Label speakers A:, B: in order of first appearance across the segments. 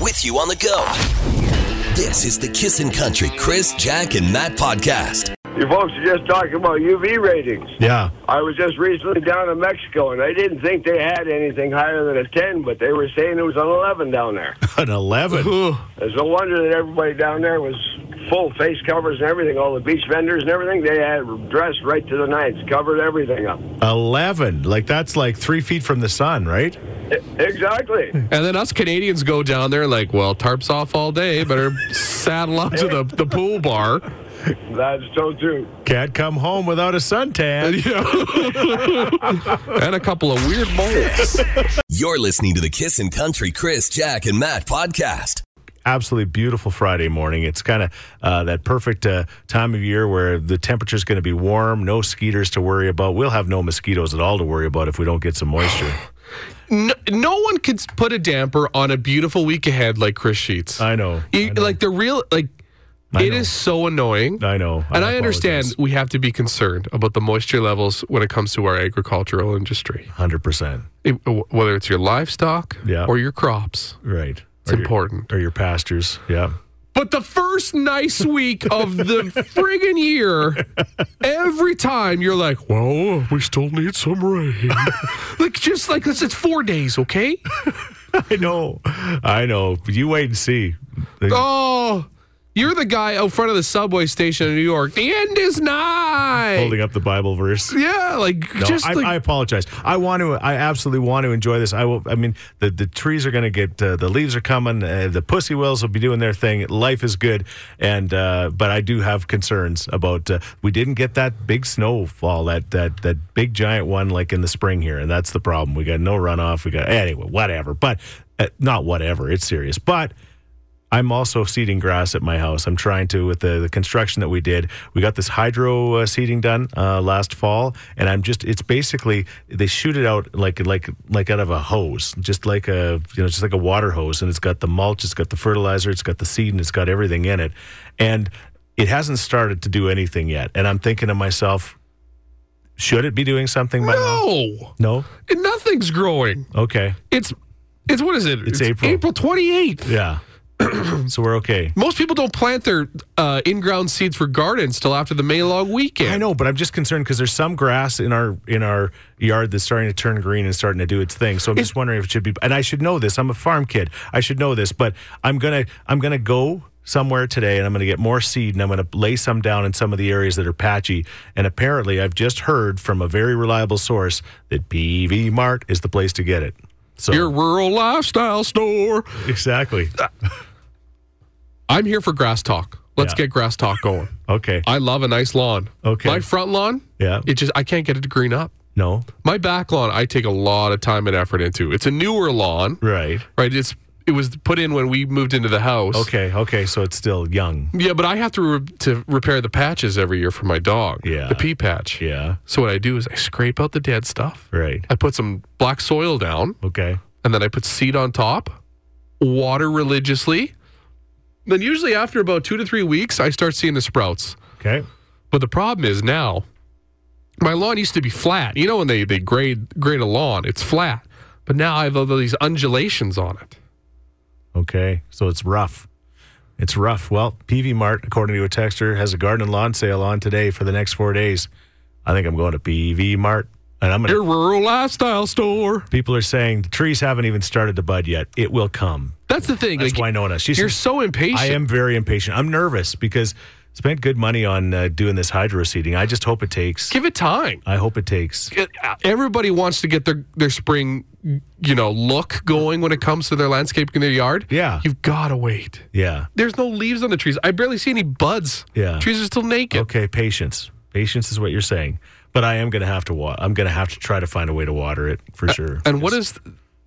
A: with you on the go. This is the Kissin' Country Chris, Jack, and Matt podcast.
B: You folks are just talking about UV ratings.
C: Yeah.
B: I was just recently down in Mexico, and I didn't think they had anything higher than a 10, but they were saying it was an 11 down there.
C: An 11.
B: It's no wonder that everybody down there was full face covers and everything. All the beach vendors and everything, they had dressed right to the nines, covered everything up.
C: 11. Like, that's like three feet from the sun, right?
B: E- Exactly.
D: And then us Canadians go down there like, well, tarps off all day. Better saddle up to the, the pool bar.
B: That's so true.
C: Can't come home without a suntan.
D: and a couple of weird moments.
A: You're listening to the Kissin' Country Chris, Jack, and Matt podcast.
C: Absolutely beautiful Friday morning. It's kind of uh, that perfect uh, time of year where the temperature's going to be warm, no skeeters to worry about. We'll have no mosquitoes at all to worry about if we don't get some moisture.
D: No, no one could put a damper on a beautiful week ahead like Chris Sheets.
C: I know.
D: You-
C: I know.
D: Like the real, like
C: I
D: it
C: know.
D: is so annoying.
C: I know.
D: and I understand
C: apologize.
D: we have to be concerned about the moisture levels when it comes to our agricultural industry,
C: 100%.
D: It- whether it's your livestock
C: Yeah.
D: or your crops.
C: Right.
D: It's important.
C: Or your pastures. Yeah.
D: But the first nice week of the friggin' year, every time you're like, well, we still need some rain. like, just like this, it's four days, okay?
C: I know. I know. You wait and see.
D: Oh, you're the guy out front of the subway station in New York. The end is nigh.
C: Holding up the Bible verse.
D: Yeah, like,
C: No,
D: just
C: I,
D: like,
C: I apologize. I want to. I absolutely want to enjoy this. I will. I mean, the, the trees are going to get. Uh, the leaves are coming. Uh, the pussy wills will be doing their thing. Life is good. And uh, but I do have concerns about. Uh, we didn't get that big snowfall. That that that big giant one like in the spring here, and that's the problem. We got no runoff. We got anyway. Whatever. But uh, not whatever. It's serious. But. I'm also seeding grass at my house. I'm trying to with the, the construction that we did. We got this hydro uh, seeding done uh, last fall, and I'm just it's basically they shoot it out like like like out of a hose, just like a you know just like a water hose, and it's got the mulch, it's got the fertilizer, it's got the seed, and it's got everything in it, and it hasn't started to do anything yet. And I'm thinking to myself, should it be doing something by now?
D: no,
C: No.
D: nothing's growing.
C: Okay.
D: It's, it's what is it?
C: It's April.
D: April 28th.
C: Yeah. so we're okay.
D: Most people don't plant their uh, in-ground seeds for gardens till after the May long weekend.
C: I know, but I'm just concerned because there's some grass in our in our yard that's starting to turn green and starting to do its thing. So I'm just wondering if it should be. And I should know this. I'm a farm kid. I should know this. But I'm gonna I'm gonna go somewhere today and I'm gonna get more seed and I'm gonna lay some down in some of the areas that are patchy. And apparently, I've just heard from a very reliable source that PV Mart is the place to get it. So
D: Your rural lifestyle store.
C: exactly
D: I'm here for grass talk. Let's
C: Yeah.
D: get grass talk going.
C: okay.
D: I love a nice lawn.
C: Okay.
D: My front lawn,
C: Yeah.
D: it just I can't get it to green up.
C: No.
D: My back lawn, I take a lot of time and effort into. It's a newer lawn,
C: Right.
D: right? It's it was put in when we moved into the house.
C: Okay. Okay. So it's still young.
D: Yeah, but I have to re- to repair the patches every year for my dog.
C: Yeah.
D: The pea patch.
C: Yeah.
D: So what I do is I scrape out the dead stuff.
C: Right.
D: I put some black soil down.
C: Okay.
D: and then I put seed on top, water religiously. Then usually after about two to three weeks, I start seeing the sprouts.
C: Okay.
D: But the problem is now, my lawn used to be flat. You know when they, they grade grade a lawn, it's flat. But now I have all these undulations on it.
C: Okay. So it's rough. It's rough. Well, PV Mart, according to a texter, has a garden and lawn sale on today for the next four days. I think I'm going to PV Mart. And I'm
D: Your
C: gonna,
D: rural lifestyle store.
C: people are saying the trees haven't even started to bud yet. It will come.
D: That's the thing.
C: That's
D: like,
C: Winona. She's
D: you're so impatient.
C: I am very impatient. I'm nervous because spent good money on uh, doing this hydro seeding. I just hope it takes.
D: Give it time.
C: I hope it takes.
D: It- Everybody wants to get their, their spring, you know, look going when it comes to their landscaping in their yard.
C: Yeah.
D: You've got to wait.
C: Yeah.
D: There's no leaves on the trees. I barely see any buds.
C: Yeah.
D: Trees are still naked.
C: Okay, patience. Patience is what you're saying. But I am going to have to wa- I'm going to have to try to find a way to water it
D: Uh,
C: for sure.
D: And what is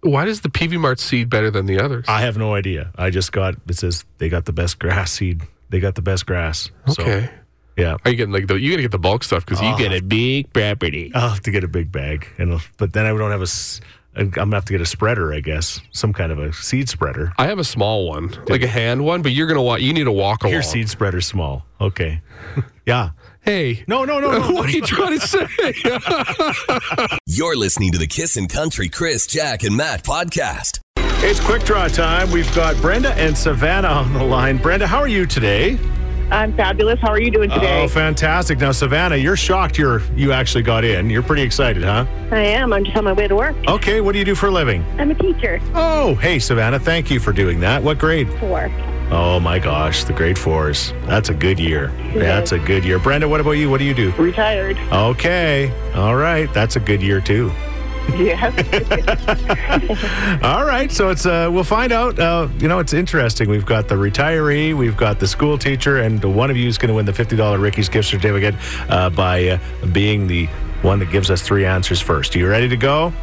D: why does the PV Mart seed better than the others?
C: I have no idea. I just got it says they got the best grass seed. They got the best grass. So,
D: okay.
C: yeah.
D: Are you getting like the you gotta get the bulk stuff because
C: Ah.
D: you get a big property.
C: I'll have to get a big bag, and I'll- but then I don't have a. s- I'm gonna have to get a spreader, I guess, some kind of a seed spreader.
D: I have a small one, like a hand one, but you're gonna want you need to walk along.
C: Your seed spreader's small. Okay. Yeah.
D: Hey,
C: No, no, no, no.
D: what are you trying to say?
A: You're listening to the Kissin' Country Chris, Jack, and Matt podcast.
C: It's quick draw time. We've got Brenda and Savannah on the line. Brenda, how are you today?
E: I'm fabulous. How are you doing today?
C: Oh, fantastic. Now, Savannah, you're shocked you're you actually got in. You're pretty excited, huh?
E: I am. I'm just on my way to work.
C: Okay, what do you do for a living?
E: I'm a teacher.
C: Oh, hey, Savannah, thank you for doing that. What grade?
E: Four.
C: Oh, my gosh, the grade fours. That's a good year. That's a good year. Brenda, what about you? What do you do?
E: Retired.
C: Okay, all right. That's a good year, too.
E: Yes.
C: All right, so it's uh, we'll find out. Uh, you know, it's interesting. We've got the retiree, we've got the school teacher, and one of you is going to win the fifty dollars Ricky's gift certificate uh, by uh, being the one that gives us three answers first. You ready to go?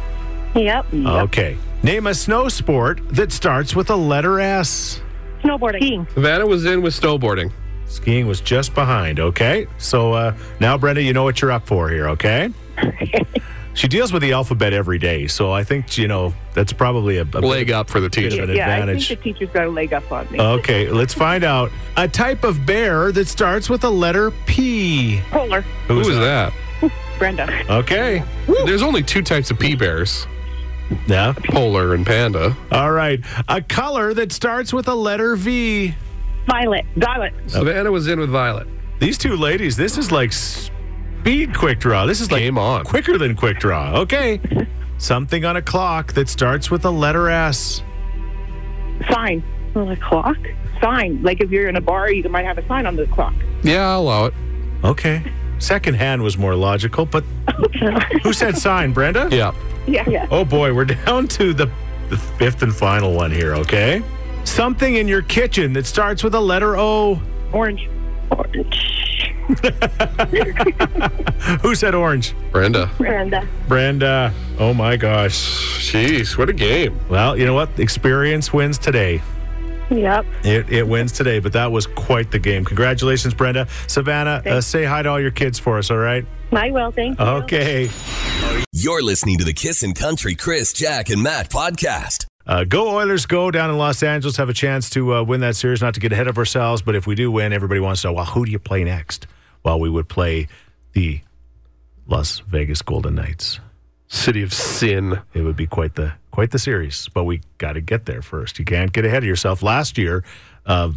E: yep.
C: Okay. Name a snow sport that starts with a letter S.
E: Snowboarding. Skiing.
D: Savannah was in with snowboarding.
C: Skiing was just behind. Okay, so uh, now Brenda, you know what you're up for here. Okay. She deals with the alphabet every day, so I think you know that's probably a, a
D: Leg up for the
C: bit of
D: teacher.
C: an
E: Yeah,
C: advantage. Uh.
E: I think the teacher's got a leg up on me.
C: Okay, let's find out. A type of bear that starts with the letter P.
E: Polar.
D: Who is that?
E: Brenda.
C: Okay.
D: There's only two types of pea bears
C: Yeah.
D: polar and panda.
C: All right. A color that starts with a letter V.
E: Violet. Violet.
D: Savannah was in with violet.
C: These two ladies, this is like speed quick draw. This is like
D: Game on.
C: quicker than quick draw. Okay. Something on a clock that starts with a letter S.
E: Sign. On the clock? Sign. Like if you're in a bar, you might have a sign on the clock.
D: Yeah, I'll allow it.
C: Okay. Second hand was more logical, but who said sign, Brenda?
D: Yeah.
E: Yeah. Yeah.
C: Oh boy, we're down to the, the fifth and final one here, okay? Something in your kitchen that starts with a letter O.
E: Orange. Orange.
C: Who said orange?
D: Brenda.
E: Brenda.
C: Brenda. Oh my gosh.
D: Jeez, what a game.
C: Well, you know what? Experience wins today.
E: Yep.
C: It, it wins today, but that was quite the game. Congratulations, Brenda. Savannah, uh, say hi to all your kids for us, all right?
E: I will. Thank you.
C: Okay.
A: You're listening to the Kissin' Country Chris, Jack, and Matt podcast.
C: Uh, go Oilers, go down in Los Angeles. Have a chance to uh, win that series. Not to get ahead of ourselves, but if we do win, everybody wants to know, well, who do you play next? Well, we would play the Las Vegas Golden Knights.
D: City of Sin.
C: It would be quite the quite the series, but we got to get there first. You can't get ahead of yourself. Last year, uh,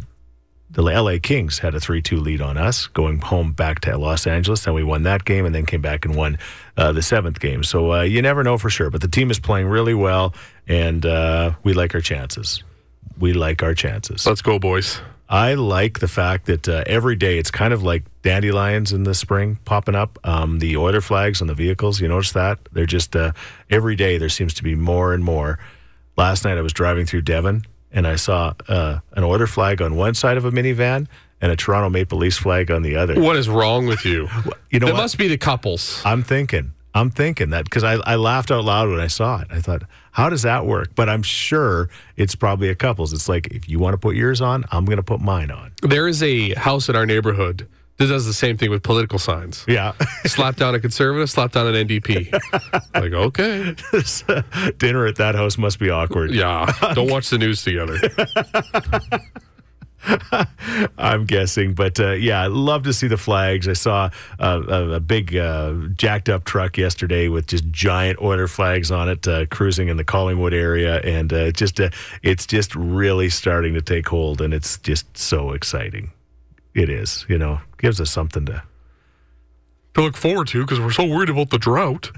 C: the LA Kings had a 3 2 lead on us going home back to Los Angeles. Then we won that game and then came back and won uh, the seventh game. So uh, you never know for sure, but the team is playing really well and uh, we like our chances. We like our chances.
D: Let's go, boys.
C: I like the fact that uh, every day it's kind of like dandelions in the spring popping up. Um, the oiler flags on the vehicles, you notice that? They're just uh, every day there seems to be more and more. Last night I was driving through Devon and I saw uh, an oiler flag on one side of a minivan and a Toronto Maple Leafs flag on the other.
D: What is wrong with you?
C: You know
D: It
C: what?
D: must be the couples.
C: I'm thinking. I'm thinking that because I, I laughed out loud when I saw it. I thought, how does that work? But I'm sure it's probably a couple's. It's like, if you want to put yours on, I'm going to put mine on.
D: There is a house in our neighborhood that does the same thing with political signs.
C: Yeah.
D: slap down a conservative, slap down an NDP. like, okay.
C: this uh, dinner at that house must be awkward.
D: Yeah. Don't watch the news together.
C: I'm guessing, but uh, yeah, I love to see the flags. I saw uh, a, a big uh, jacked up truck yesterday with just giant order flags on it, uh, cruising in the Collingwood area, and uh, it's just uh, it's just really starting to take hold, and it's just so exciting. It is, you know, gives us something to.
D: To look forward to because we're so worried about the drought.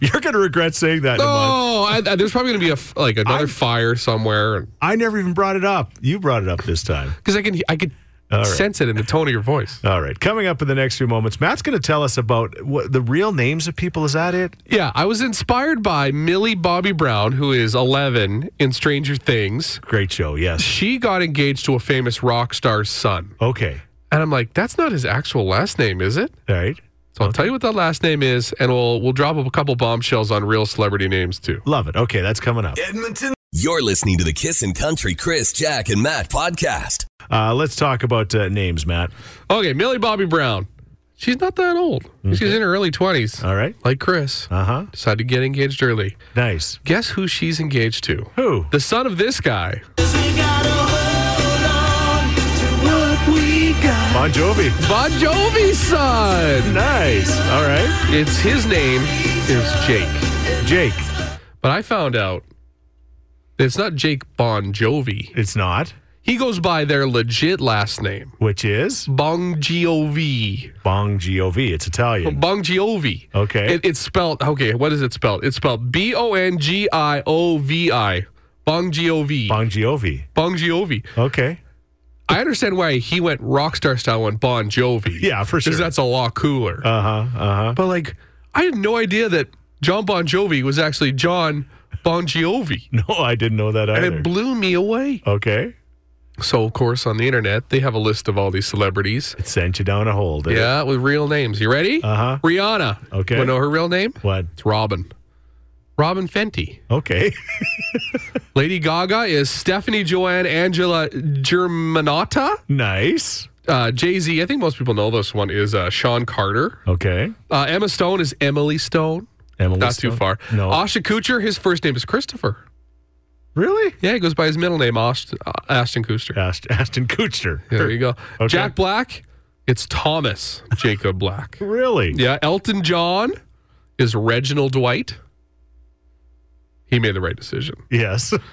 C: You're going to regret saying that. In a month.
D: No, I, I- there's probably going to be a f- like another fire somewhere
C: I never even brought it up. You brought it up this time.
D: because I can I could
C: All right.
D: sense it in the tone of your voice.
C: All right, coming up in the next few moments, Matt's going to tell us about what the real names of people. Is that it?
D: Yeah, I was inspired by Millie Bobby Brown, who is 11 in Stranger Things.
C: Great show. Yes.
D: She got engaged to a famous rock star's son,
C: Okay.
D: and I'm like, that's not his actual last name, is it?
C: All right.
D: So I'll tell you what that last name is, and we'll we'll drop a couple bombshells on real celebrity names too.
C: Love it. Okay, that's coming up.
A: Edmonton. You're listening to the Kissin' Country Chris, Jack, and Matt podcast.
C: Uh, let's talk about uh, names, Matt.
D: Okay, Millie Bobby Brown. She's not that old. She's in her early 20s,
C: All right.
D: like Chris.
C: Uh huh.
D: Decided to get engaged early.
C: Nice.
D: Guess who she's engaged to?
C: Who?
D: The son of this guy.
C: Bon Jovi.
D: Bon Jovi's son.
C: Nice. All right.
D: It's his name is Jake.
C: Jake.
D: But I found out It's not Jake Bon Jovi.
C: It's not,
D: He goes by their legit last name,
C: which is
D: Bon Jovi.
C: Bong Gov. It's Italian.
D: Bon Jovi.
C: Okay.
D: It, it's spelled, okay, what is it spelled? It's spelled B O N G I O V I. Bon Jovi.
C: Bong Gov.
D: Bon Jovi.
C: Okay.
D: I understand why he went rock star style on Bon Jovi.
C: Yeah, for sure.
D: Because that's a lot cooler.
C: Uh huh. Uh huh.
D: but like, I had no idea that John Bon Jovi was actually John Bon Jovi.
C: No, I didn't know that
D: And
C: either.
D: it blew me away.
C: okay.
D: So, of course, on the internet, they have a list of all these celebrities.
C: It sent you down a hole. did it?
D: Yeah, with real names. You ready?
C: Uh-huh.
D: Rihanna.
C: Okay.
D: Wanna know her real name?
C: What?
D: It's Robin. Robin Fenty.
C: Okay.
D: Lady Gaga is Stephanie Joanne Angela Germanotta.
C: nice.
D: Uh, Jay Z, I think most people know this one, is uh, Sean Carter.
C: Okay.
D: Uh, Emma Stone is Emily Stone.
C: Emily
D: Not too
C: Stone?
D: far.
C: No.
D: Asha Kutcher, his first name is Christopher.
C: really?
D: Yeah, he goes by his middle name, Ashton, uh, Ashton Kutcher.
C: Ast- Ashton Kutcher.
D: There you go.
C: Okay.
D: Jack Black, it's Thomas Jacob Black.
C: Really?
D: Yeah, Elton John is Reginald Dwight. He made the right decision.
C: Yes.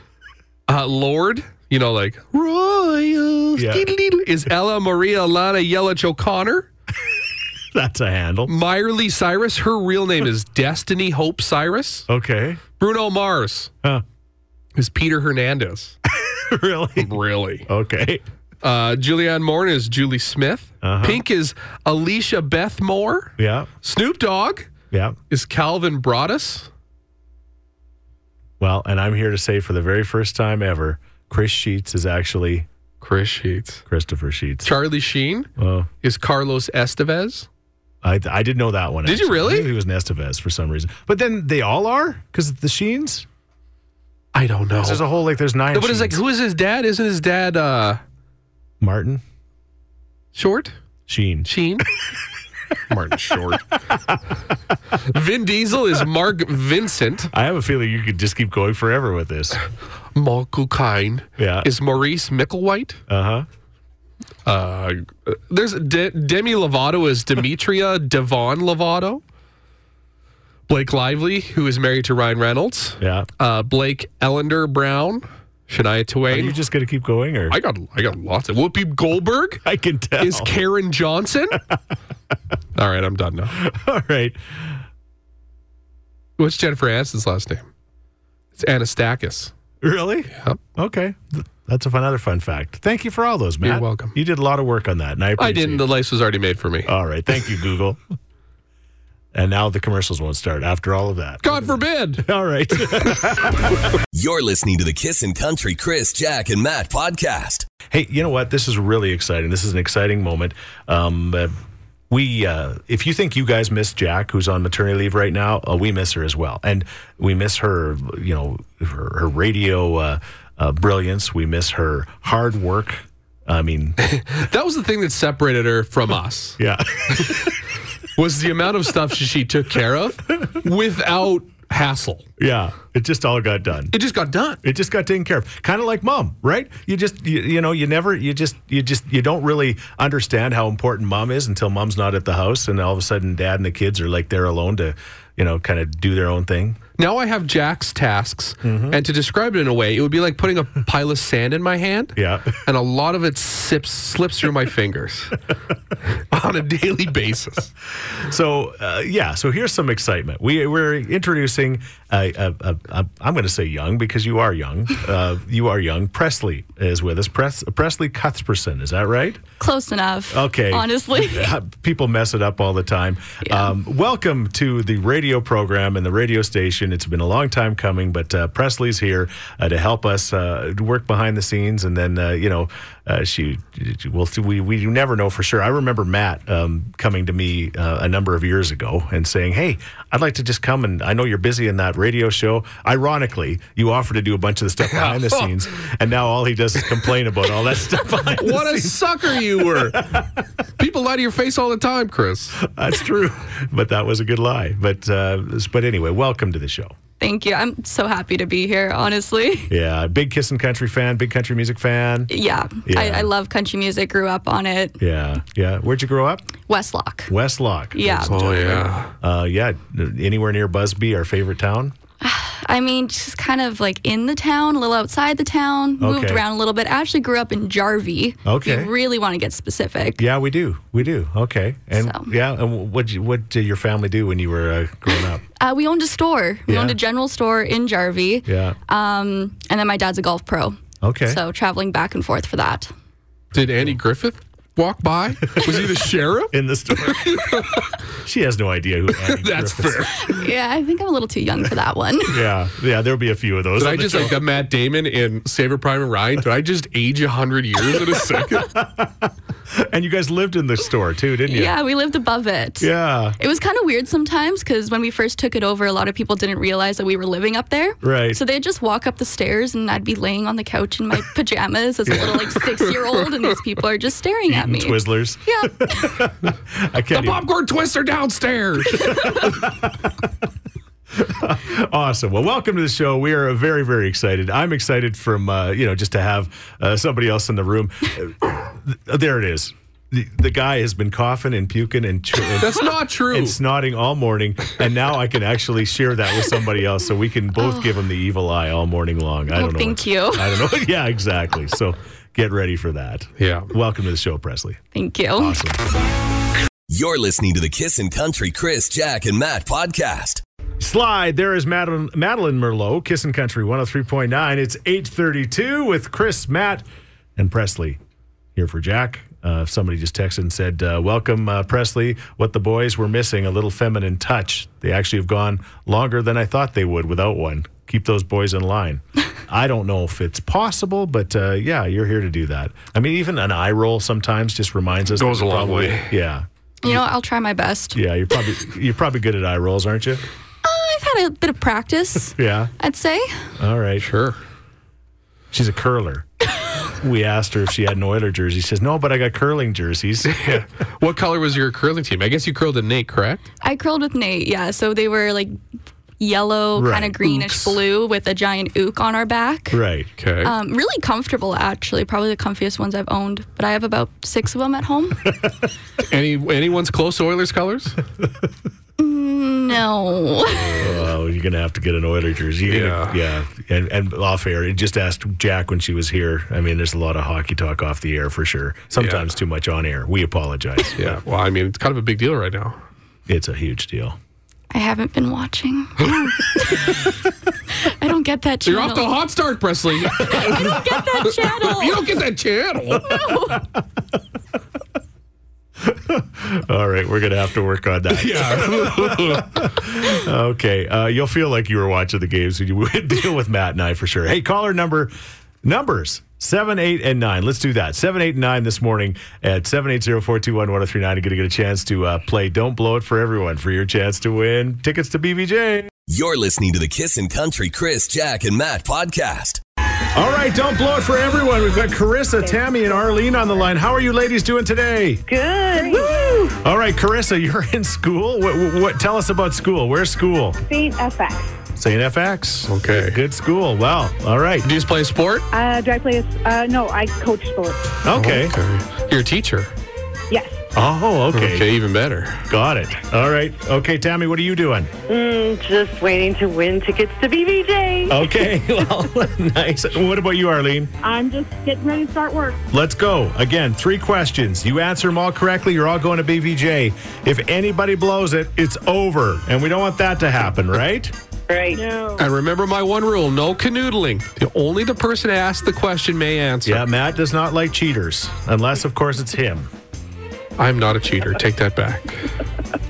D: Uh, Lord, you know, like Royals,
C: Yeah.
D: diddle-diddle, is Ella Maria Lana Yelich O'Connor.
C: That's a handle.
D: Miley Cyrus, her real name is Destiny Hope Cyrus.
C: Okay.
D: Bruno Mars
C: Huh.
D: is Peter Hernandez.
C: really?
D: really?
C: Okay.
D: Uh, Julianne Moore is Julie Smith.
C: Uh-huh.
D: Pink is Alicia Beth Moore.
C: Yeah.
D: Snoop Dogg
C: Yeah.
D: is Calvin Broadus.
C: Well, and I'm here to say for the very first time ever, Chris Sheets is actually
D: Chris Sheets.
C: Christopher Sheets.
D: Charlie Sheen
C: Oh,
D: is Carlos Estevez.
C: I, I did know that one.
D: Did you
C: actually.
D: really?
C: I knew He was an Estevez for some reason. But then they all are because the Sheens.
D: I don't know.
C: 'Cause There's a whole like there's nine.
D: No, but it's like,
C: Sheens.
D: who is his dad? Isn't his dad uh,
C: Martin
D: short?
C: Sheen.
D: Sheen? Martin Short. Vin Diesel is Mark Vincent.
C: I have a feeling you could just keep going forever with this.
D: Michael Kine
C: Yeah.
D: is Maurice Micklewhite.
C: Uh huh.
D: Uh, there's De- Demi Lovato is Demetria Devon Lovato. Blake Lively, who is married to Ryan Reynolds.
C: Yeah.
D: Uh, Blake Ellender Brown, Shania
C: Are you
D: Twain.
C: just gonna keep going, or
D: I got I got lots of Whoopi Goldberg
C: I can tell.
D: is Karen Johnson. All right, I'm done now.
C: all right.
D: What's Jennifer Aniston's last name? It's Anastakis.
C: Really?
D: Yep.
C: Okay. Th- That's a fun, another fun fact. Thank you for all those, Matt.
D: You're welcome.
C: You did a lot of work on that, and I appreciate
D: I didn't. The
C: It.
D: lace was already made for me.
C: All right. Thank you, Google. and now the commercials won't start after all of that.
D: God forbid.
C: All right.
A: You're listening to the Kissin' Country Chris, Jack, and Matt podcast.
C: Hey, you know what? This is really exciting. This is an exciting moment. Um, uh, we, uh, if you think you guys miss Jack, who's on maternity leave right now, uh, we miss her as well, and we miss her. You know, her, her radio uh, uh, brilliance. We miss her hard work. I mean,
D: That was the thing that separated her from us.
C: yeah,
D: was the amount of stuff she- she took care of without hassle.
C: yeah. It just all got done.
D: It just got done.
C: It just got taken care of. Kind of like mom, right? You just you, you know, you never you just you just you don't really understand how important mom is until mom's not at the house and all of a sudden dad and the kids are like there alone to, you know, kind of do their own thing.
D: Now I have Jack's tasks, and to describe it in a way, it would be like putting a pile of sand in my hand.
C: Yeah.
D: And a lot of it sips, slips through my fingers on a daily basis.
C: So, uh, yeah, so here's some excitement. We we're introducing a, a, a, a I'm going to say young because you are young. Uh, you are young. Presley is with us. Pres, Presley Cuthbertson, is that right?
F: Close enough.
C: Okay.
F: Honestly.
C: People mess it up all the time.
F: Yeah.
C: Um, welcome to the radio program and the radio station. It's been a long time coming, but uh, Presley's here uh, to help us uh, work behind the scenes. And then, uh, you know, uh, she, well, we, we never know for sure. I remember Matt um, coming to me uh, a number of years ago and saying, Hey, I'd like to just come and I know you're busy in that radio show. Ironically, you offered to do a bunch of the stuff behind the scenes. And now all he does is complain about all that stuff behind the
D: What a sucker you were. People lie to your face all the time, Chris.
C: That's true, but that was a good lie. But uh, but anyway, welcome to the show.
F: Thank you. I'm so happy to be here, honestly.
C: Yeah, big Kiss and Country fan, big country music fan.
F: Yeah. I,
C: Yeah.
F: I love country music. Grew up on it.
C: Yeah, yeah. Where'd you grow up?
F: Westlock.
C: Westlock.
F: Yeah.
D: Oh, yeah.
C: Uh, yeah. Anywhere near Busby, our favorite town.
F: I mean, just kind of like in the town, a little outside the town, moved
C: Okay.
F: around a little bit. I actually grew up in Jarvie.
C: Okay.
F: If you really want to get specific.
C: Yeah, we do. We do. Okay. And
F: So.
C: yeah, and what you, what did your family do when you were uh, growing up?
F: Uh, we owned a store. We
C: Yeah.
F: owned a general store in Jarvie.
C: Yeah.
F: Um, and then my dad's a golf pro.
C: Okay.
F: So traveling back and forth for that.
D: Did Andy Griffith walk by? Was he the sheriff?
C: In the store. she has no idea who Annie
D: That's
C: Griffith
D: fair.
F: Yeah, I think I'm a little too young for that one.
C: is. Yeah. Yeah, there'll be a few of those.
D: Did
C: on
D: I
C: the
D: just
C: show.
D: like that Matt Damon in Saver Private Ryan? Did I just age hundred years in a second?
C: and you guys lived in the store too, didn't you?
F: yeah, we lived above it.
C: Yeah.
F: It was kind of weird sometimes because when we first took it over, a lot of people didn't realize that we were living up there.
C: Right.
F: So they'd just walk up the stairs and I'd be laying on the couch in my pajamas as a little like six year old, and these people are just staring at me.
C: Twizzlers.
F: Yeah.
C: I
D: the
C: can't. Even,
D: popcorn twists are downstairs.
C: awesome. Well, welcome to the show. We are uh, very, very excited. I'm excited from uh, you know just to have uh, somebody else in the room. Uh, there it is. The, the guy has been coughing and puking and, ch- and
D: That's not true.
C: and snorting all morning, and now I can actually share that with somebody else, so we can both give him the evil eye all morning long. I
F: Oh,
C: don't know.
F: thank
C: what-
F: you.
C: I don't know. yeah, exactly. So get ready for that.
D: Yeah.
C: Welcome to the show, Presley.
F: Thank you.
C: Awesome.
A: You're listening to the Kissin' Country Chris, Jack, and Matt podcast.
C: Slide. There is Madeline, Madeline Merlot, Kissin' Country 103.9. It's 832 with Chris, Matt, and Presley. Here for Jack. Uh, somebody just texted and said, uh, Welcome, uh, Presley. What the boys were missing, a little feminine touch. They actually have gone longer than I thought they would without one. Keep those boys in line. I don't know if it's possible, but uh, yeah, you're here to do that. I mean, even an eye roll sometimes just reminds us. that
D: Goes a
C: we're
D: long
C: probably-
D: way.
C: Yeah.
F: You know, I'll try my best. Oh,
C: Yeah, you're probably you're probably good at eye rolls, aren't you?
F: I've had a bit of practice,
C: Yeah.
F: I'd say.
C: All right.
D: sure.
C: She's a curler. we asked her if she had an Oiler jersey. She says, no, but I got curling jerseys.
D: What color was your curling team? I guess you curled a Nate, correct?
F: I curled with Nate, yeah. So they were like yellow,
C: Right.
F: kind of greenish
D: Ooks.
F: blue with a giant ook on our back.
C: right.
D: Okay.
F: Um, really comfortable, actually. Probably the comfiest ones I've owned, but I have about six of them at home.
D: Any anyone's close to Oilers colors?
F: no.
C: Oh, you're going to have to get an Oiler jersey. You're gonna- yeah. And, and off air, it just asked Jack when she was here. I mean, there's a lot of hockey talk off the air for sure. Sometimes too much on air. We apologize.
D: Yeah. Well, I mean, it's kind of a big deal right now.
C: It's a huge deal.
F: I haven't been watching. I don't get that
D: You're
F: channel.
D: off to a hot start, Presley.
F: I don't get that channel.
D: you don't get that channel.
C: All right. We're going to have to work on that.
D: Yeah.
C: Okay, uh, you'll feel like you were watching the games when you would deal with Matt and I for sure. Hey, caller number numbers seven, eight, and nine. Let's do that. Seven, eight, and nine this morning at seven eight zero four two one one zero three nine. You're gonna get a chance to uh, play "Don't Blow It" for everyone for your chance to win tickets to BVJ.
A: You're listening to the Kissin' Country Chris, Jack, and Matt podcast.
C: All right, "Don't Blow It" for everyone. We've got Carissa, Tammy, and Arlene on the line. How are you ladies doing today?
E: Good. Woo!
C: All right, Carissa, you're in school. What, what, what tell us about school? Where's school?
E: Saint FX.
C: St. FX.
D: Okay.
C: Good school. Wow. All right.
D: Do you just play a sport?
E: Uh, do I play? A, uh, no, I coach sports.
C: Okay.
D: You're a teacher.
E: Yes.
C: Oh,
D: Okay.
C: okay.
D: even better.
C: Got it. All right. Okay, Tammy, what are you doing?
G: Mm, just waiting to win tickets to BBJ.
C: Okay. Well, nice. What about you, Arlene?
E: I'm just getting ready to start work.
C: Let's go. Again, three questions. You answer them all correctly, you're all going to BVJ. If anybody blows it, it's over. And we don't want that to happen, right?
G: Right.
E: No.
D: I remember my one rule: no canoodling. The- Only the person asked the question may answer.
C: Yeah, Matt does not like cheaters, unless, of course, it's him.
D: I'm not a cheater. Take that back.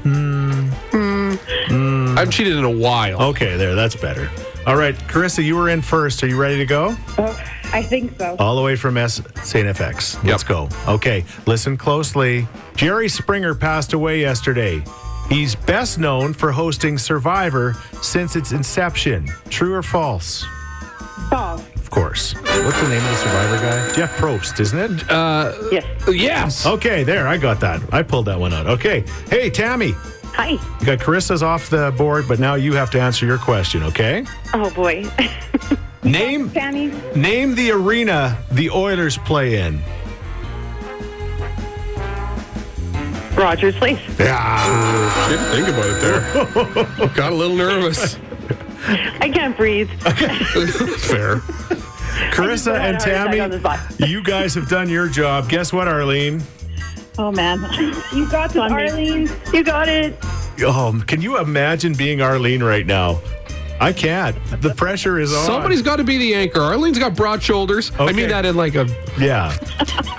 D: Hmm. I haven't cheated in a while.
C: Okay, there. That's better. All right, Carissa, you were in first. Are you ready to go?
E: I think so.
C: All the way from S- St. FX. Let's
D: Yep.
C: go. Okay, listen closely. Jerry Springer passed away yesterday. He's best known for hosting Survivor since its inception. True or false?
E: False.
C: Of course. What's the name of the Survivor guy? Uh. Jeff Probst, isn't it?
G: Yes.
D: Oh. Yes.
C: okay, there. I got that. I pulled that one out. Okay. Hey, Tammy.
G: Hi.
C: You got Carissa's off the board, but now you have to answer your question, okay?
G: Oh boy.
C: Name
E: Tammy.
C: name the arena the Oilers play in.
G: Rogers Place.
D: Didn't think about it there. Got a little nervous.
G: I can't breathe.
D: Fair.
C: Carissa and
G: I just had a
C: Tammy,
G: heart attack on the
C: you guys have done your job. Guess what, Arlene?
G: Oh man,
H: You got this, Arlene.
G: you got it.
C: Oh, can you imagine being Arlene right now? I can't. The pressure is on.
D: Somebody's got to be the anchor. Arlene's got broad shoulders. I
C: Okay.
D: mean that in like a
C: Yeah.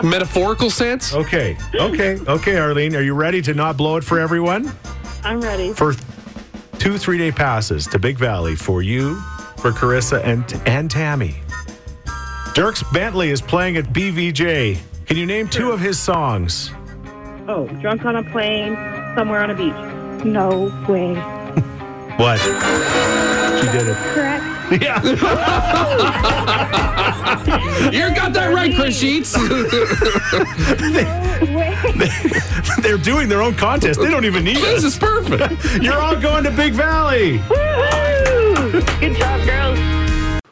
D: metaphorical sense.
C: Okay. Okay. Okay, Arlene. Are you ready to not blow it for everyone?
H: I'm ready.
C: For two three day passes to Big Valley for you, for Carissa, and, and Tammy. Dirks Bentley is playing at BVJ. Can you name two of his songs?
H: Oh, drunk on a plane, somewhere on a beach.
E: No way.
C: What? She did it.
E: Correct.
C: Yeah.
D: You got that right, Chris Sheets.
E: No way.
C: They're doing their own contest. They don't even need
D: this
C: us.
D: is perfect.
C: You're all going to Big Valley.
G: Good job, girls.